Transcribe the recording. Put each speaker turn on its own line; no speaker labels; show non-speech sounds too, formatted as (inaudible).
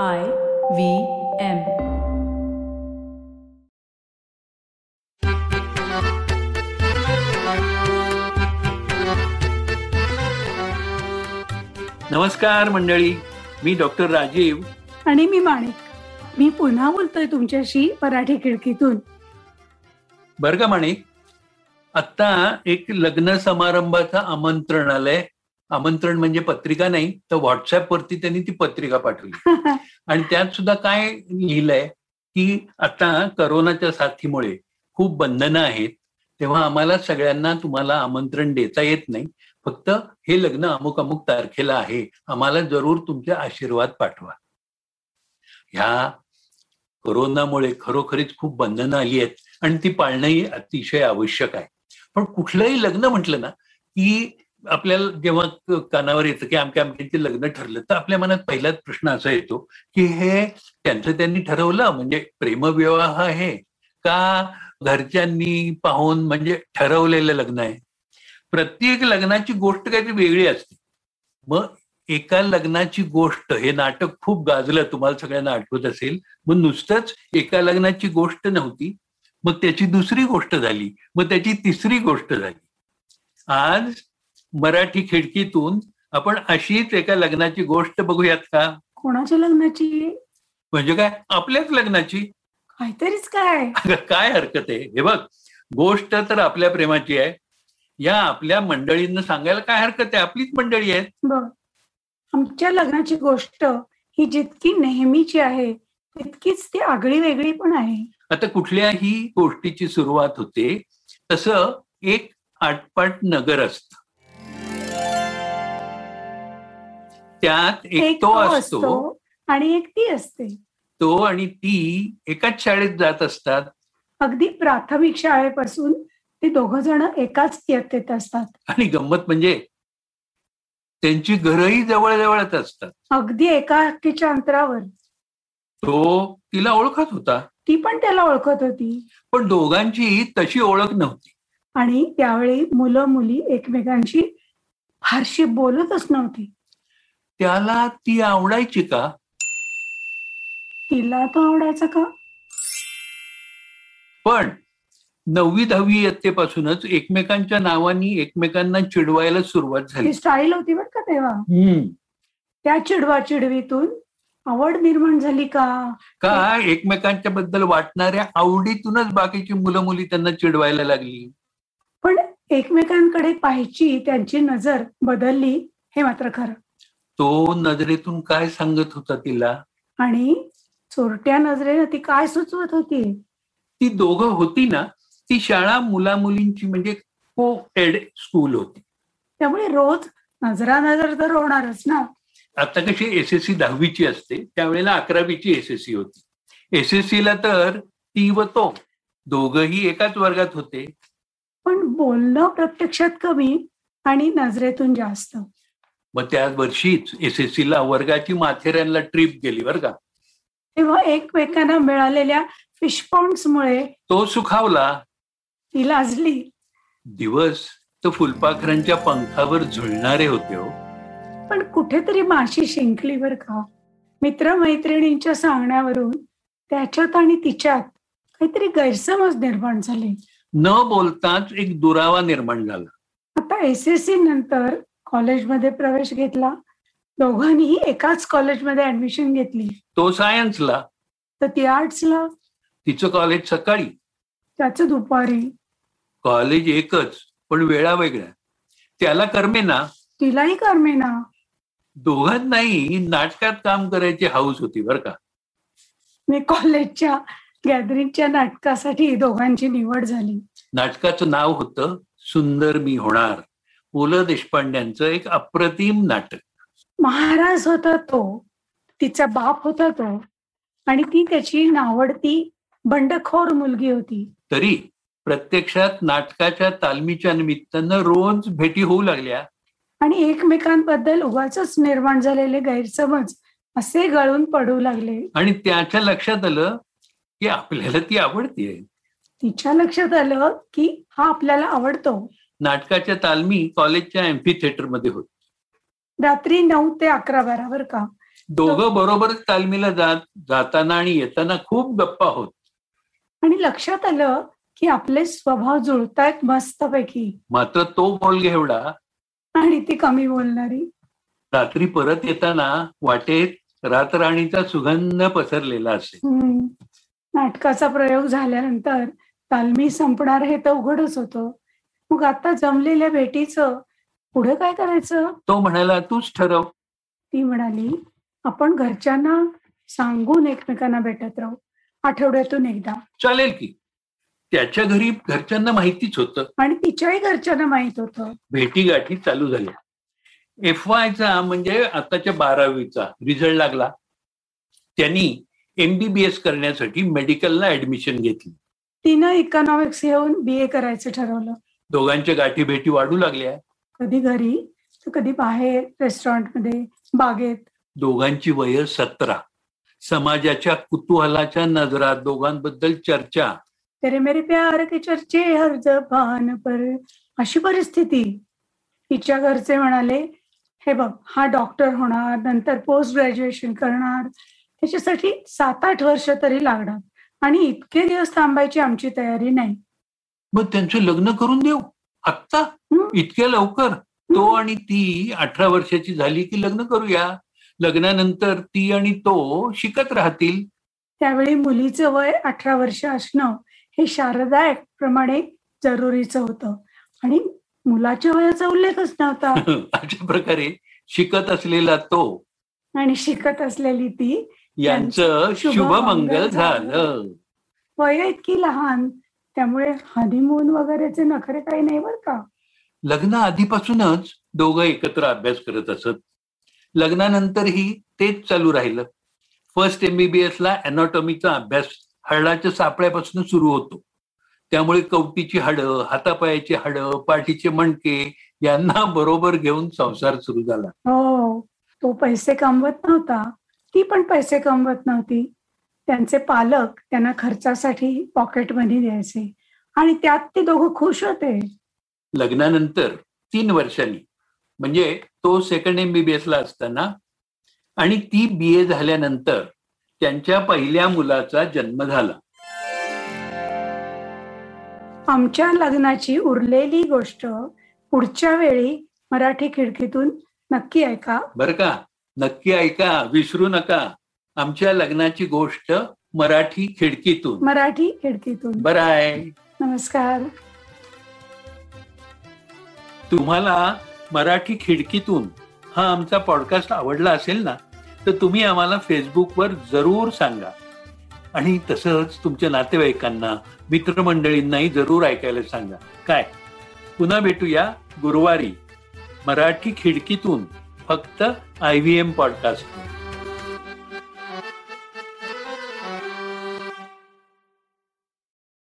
I V M
नमस्कार मंडळी मी डॉक्टर राजीव
आणि मी माणिक मी पुन्हा बोलतोय तुमच्याशी मराठी खिडकीतून (laughs)
बरं का माणिक आत्ता एक लग्न समारंभाचं आमंत्रण आलंय आमंत्रण म्हणजे पत्रिका नाही तर व्हॉट्सअपवरती त्यांनी ती पत्रिका पाठवली आणि त्यात सुद्धा काय लिहिलंय की आता करोनाच्या साथीमुळे खूप बंधनं आहेत तेव्हा आम्हाला सगळ्यांना तुम्हाला आमंत्रण देता येत नाही फक्त हे लग्न अमुक अमुक तारखेला आहे आम्हाला जरूर तुमचे आशीर्वाद पाठवा ह्या कोरोनामुळे खरोखरीच खूप बंधनं आली आहेत आणि ती पाळणंही अतिशय आवश्यक आहे पण कुठलंही लग्न म्हटलं ना की आपल्याला जेव्हा क- कानावर येतं की आमच्या आमच्या लग्न ठरलं तर आपल्या मनात पहिलाच प्रश्न असा येतो की हे त्यांचं त्यांनी ठरवलं म्हणजे प्रेमविवाह आहे का घरच्यांनी पाहून म्हणजे ठरवलेलं लग्न आहे प्रत्येक लग्नाची गोष्ट काहीतरी वेगळी असते मग एका लग्नाची गोष्ट हे नाटक खूप गाजलं तुम्हाला सगळ्यांना आठवत असेल मग नुसतंच एका लग्नाची गोष्ट नव्हती मग त्याची दुसरी गोष्ट झाली मग त्याची तिसरी गोष्ट झाली आज मराठी खिडकीतून आपण अशीच एका लग्नाची गोष्ट बघूयात का
कोणाच्या लग्नाची
म्हणजे काय आपल्याच लग्नाची
काहीतरीच काय
अगं, काय हरकत आहे हे बघ गोष्ट तर आपल्या प्रेमाची आहे या आपल्या मंडळींना सांगायला काय हरकत आहे आपलीच मंडळी आहेत
बघ आमच्या लग्नाची गोष्ट ही जितकी नेहमीची आहे तितकीच ती आगळी वेगळी पण आहे
आता कुठल्याही गोष्टीची सुरुवात होते तसं एक आटपाट नगर असत त्यात एक तो असतो
आणि एक ती असते
तो आणि ती एकाच शाळेत जात असतात
अगदी प्राथमिक शाळेपासून ते दोघ जण एकाच इयत्तेत असतात
आणि गंमत म्हणजे त्यांची घरही जवळजवळच असतात
अगदी एका हक्कीच्या अंतरावर
तो तिला ओळखत होता
ती पण त्याला ओळखत होती
पण दोघांची तशी ओळख नव्हती
आणि त्यावेळी मुलं मुली एकमेकांशी फारशी बोलतच नव्हती
त्याला ती आवडायची का
तिला तो आवडायचा का
पण नववी दहावी इयत्तेपासूनच एकमेकांच्या नावानी एकमेकांना चिडवायला सुरुवात झाली
ती स्टाईल होती बरं का तेव्हा
हम्म.
त्या चिडवा चिडवीतून आवड निर्माण झाली का
का एकमेकांच्या बद्दल वाटणाऱ्या आवडीतूनच बाकीची मुलं मुली त्यांना चिडवायला लागली
पण एकमेकांकडे पाहायची त्यांची नजर बदलली हे मात्र खरं
तो नजरेतून काय सांगत होता तिला
आणि चोरट्या नजरेनं ती काय सुचवत होती
ती दोघं होती ना ती शाळा मुला मुलींची म्हणजे को एड स्कूल होती
त्यामुळे रोज नजरा नजर तर होणारच ना
आता कशी एसएससी दहावीची असते त्यावेळेला अकरावीची एसएससी होती एसएससीला तर ती व तो दोघही एकाच वर्गात होते
पण बोलणं प्रत्यक्षात कमी आणि नजरेतून जास्त
मग त्या वर्षीच SSC ला वर्गाची माथेऱ्यांना ट्रिप गेली बरं का
तेव्हा एकमेकांना मिळालेल्या फिश मुळे
तो सुखावला
ती लाजली
दिवस तर फुलपाखरांच्या पंखावर झुलणारे होते हो
पण कुठेतरी माशी शिंकली बर का मित्रमैत्रिणींच्या सांगण्यावरून त्याच्यात आणि तिच्यात काहीतरी गैरसमज निर्माण झाले
न बोलताच एक दुरावा निर्माण झाला
आता एस एस सी नंतर कॉलेजमध्ये प्रवेश घेतला दोघांनीही एकाच कॉलेजमध्ये ऍडमिशन घेतली
तो सायन्सला
तर ती आर्ट्सला
तिचं कॉलेज सकाळी
त्याचं दुपारी
कॉलेज एकच पण वेळा वेगळ्या त्याला कर्मेना
तिलाही करमेना
दोघांनाही नाटकात काम करायची हाऊस होती बरं का
मी कॉलेजच्या गॅदरिंगच्या नाटकासाठी दोघांची निवड झाली
नाटकाचं नाव होतं सुंदर मी होणार पु ल देशपांड्यांचं एक अप्रतिम नाटक
महाराज होता तो तिचा बाप होता तो आणि ती त्याची नावडती बंडखोर मुलगी होती
तरी प्रत्यक्षात नाटकाच्या तालमीच्या निमित्तानं रोज भेटी होऊ लागल्या
आणि एकमेकांबद्दल उगाच निर्माण झालेले गैरसमज असे गळून पडू लागले
आणि त्याच्या लक्षात आलं की आपल्याला ती आवडते
तिच्या लक्षात आलं की हा आपल्याला आवडतो
नाटकाच्या तालमी कॉलेजच्या एम्फी थिएटरमध्ये होत
रात्री नऊ ते अकरा बराबर का
दोघं बरोबर तालमीला जात जाताना आणि येताना खूप गप्पा होत
आणि लक्षात आलं की आपले स्वभाव जुळतायत मस्तपैकी
मात्र तो बोल एवढा
आणि ती कमी बोलणारी
रात्री परत येताना वाटेत रातराणीचा सुगंध पसरलेला असे
हम्म. नाटकाचा प्रयोग झाल्यानंतर तालमी संपणार हे तर उघडच होतं मग आता जमलेल्या भेटीचं पुढे काय करायचं
तो म्हणाला तूच ठरव
ती म्हणाली आपण घरच्यांना सांगून एकमेकांना भेटत राहू आठवड्यातून एकदा
चालेल की त्याच्या घरी घरच्यांना माहितीच होतं
आणि तिच्याही घरच्यांना माहित होतं
भेटीगाठी चालू झाल्या एफ वायचा म्हणजे आताच्या बारावीचा रिझल्ट लागला त्यांनी एमबीबीएस करण्यासाठी मेडिकलला ऍडमिशन घेतली
तिनं इकॉनॉमिक्स घेऊन बी ए करायचं ठरवलं
दोघांच्या गाठी भेटी वाढू लागल्या
कधी घरी तर कधी बाहेर रेस्टॉरंटमध्ये बागेत
दोघांची वय सतरा समाजाच्या कुतूहलाच्या नजरात दोघांबद्दल चर्चा
तेरे मेरे प्यार के चर्चे हर जबान पर अशी परिस्थिती तिच्या घरचे म्हणाले हे बघ हा डॉक्टर होणार नंतर पोस्ट ग्रॅज्युएशन करणार त्याच्यासाठी सात आठ वर्ष तरी लागणार आणि इतके दिवस थांबायची आमची तयारी नाही
मग त्यांचं लग्न करून देऊ आत्ता इतक्या लवकर तो आणि ती अठरा वर्षाची झाली की लग्न करूया लग्नानंतर ती आणि तो शिकत राहतील (laughs)
त्यावेळी मुलीचं वय अठरा वर्ष असणं हे शारदा ऍक्ट प्रमाणे जरुरीचं होतं आणि मुलाच्या वयाचा उल्लेखच नव्हता
अशा प्रकारे शिकत असलेला तो
आणि शिकत असलेली ती
यांचं शुभमंगल
शुभमंगल
झालं
वय इतकी लहान त्यामुळे हनीमून वगैरेचे नखरे काही नाही बर का
लग्न आधीपासूनच दोघं एकत्र अभ्यास करत असत लग्नानंतरही तेच चालू राहिलं फर्स्ट एमबीबीएस ला अनॉटॉमीचा अभ्यास हडळाच्या सापळ्यापासून सुरू होतो त्यामुळे कवटीची हाडं हातापायाची हाडं पाठीचे मणके यांना बरोबर घेऊन संसार सुरू झाला
हो तो पैसे कमवत नव्हता ती पण पैसे कमवत नव्हती त्यांचे पालक त्यांना खर्चासाठी पॉकेट मनी द्यायचे आणि त्यात ते दोघं खुश होते
लग्नानंतर तीन वर्षांनी म्हणजे तो सेकंड एमबीबीएस ला असताना आणि ती बी ए झाल्यानंतर त्यांच्या पहिल्या मुलाचा जन्म झाला
आमच्या लग्नाची उरलेली गोष्ट पुढच्या वेळी मराठी खिडकीतून नक्की ऐका
बरं का नक्की ऐका विसरू नका आमच्या लग्नाची गोष्ट मराठी खिडकीतून
मराठी खिडकीतून
बरं आहे
नमस्कार
तुम्हाला मराठी खिडकीतून हा आमचा पॉडकास्ट आवडला असेल ना तर तुम्ही आम्हाला फेसबुकवर जरूर सांगा आणि तसंच तुमच्या नातेवाईकांना मित्रमंडळींनाही जरूर ऐकायला सांगा काय पुन्हा भेटूया गुरुवारी मराठी खिडकीतून फक्त आय व्ही एम पॉडकास्ट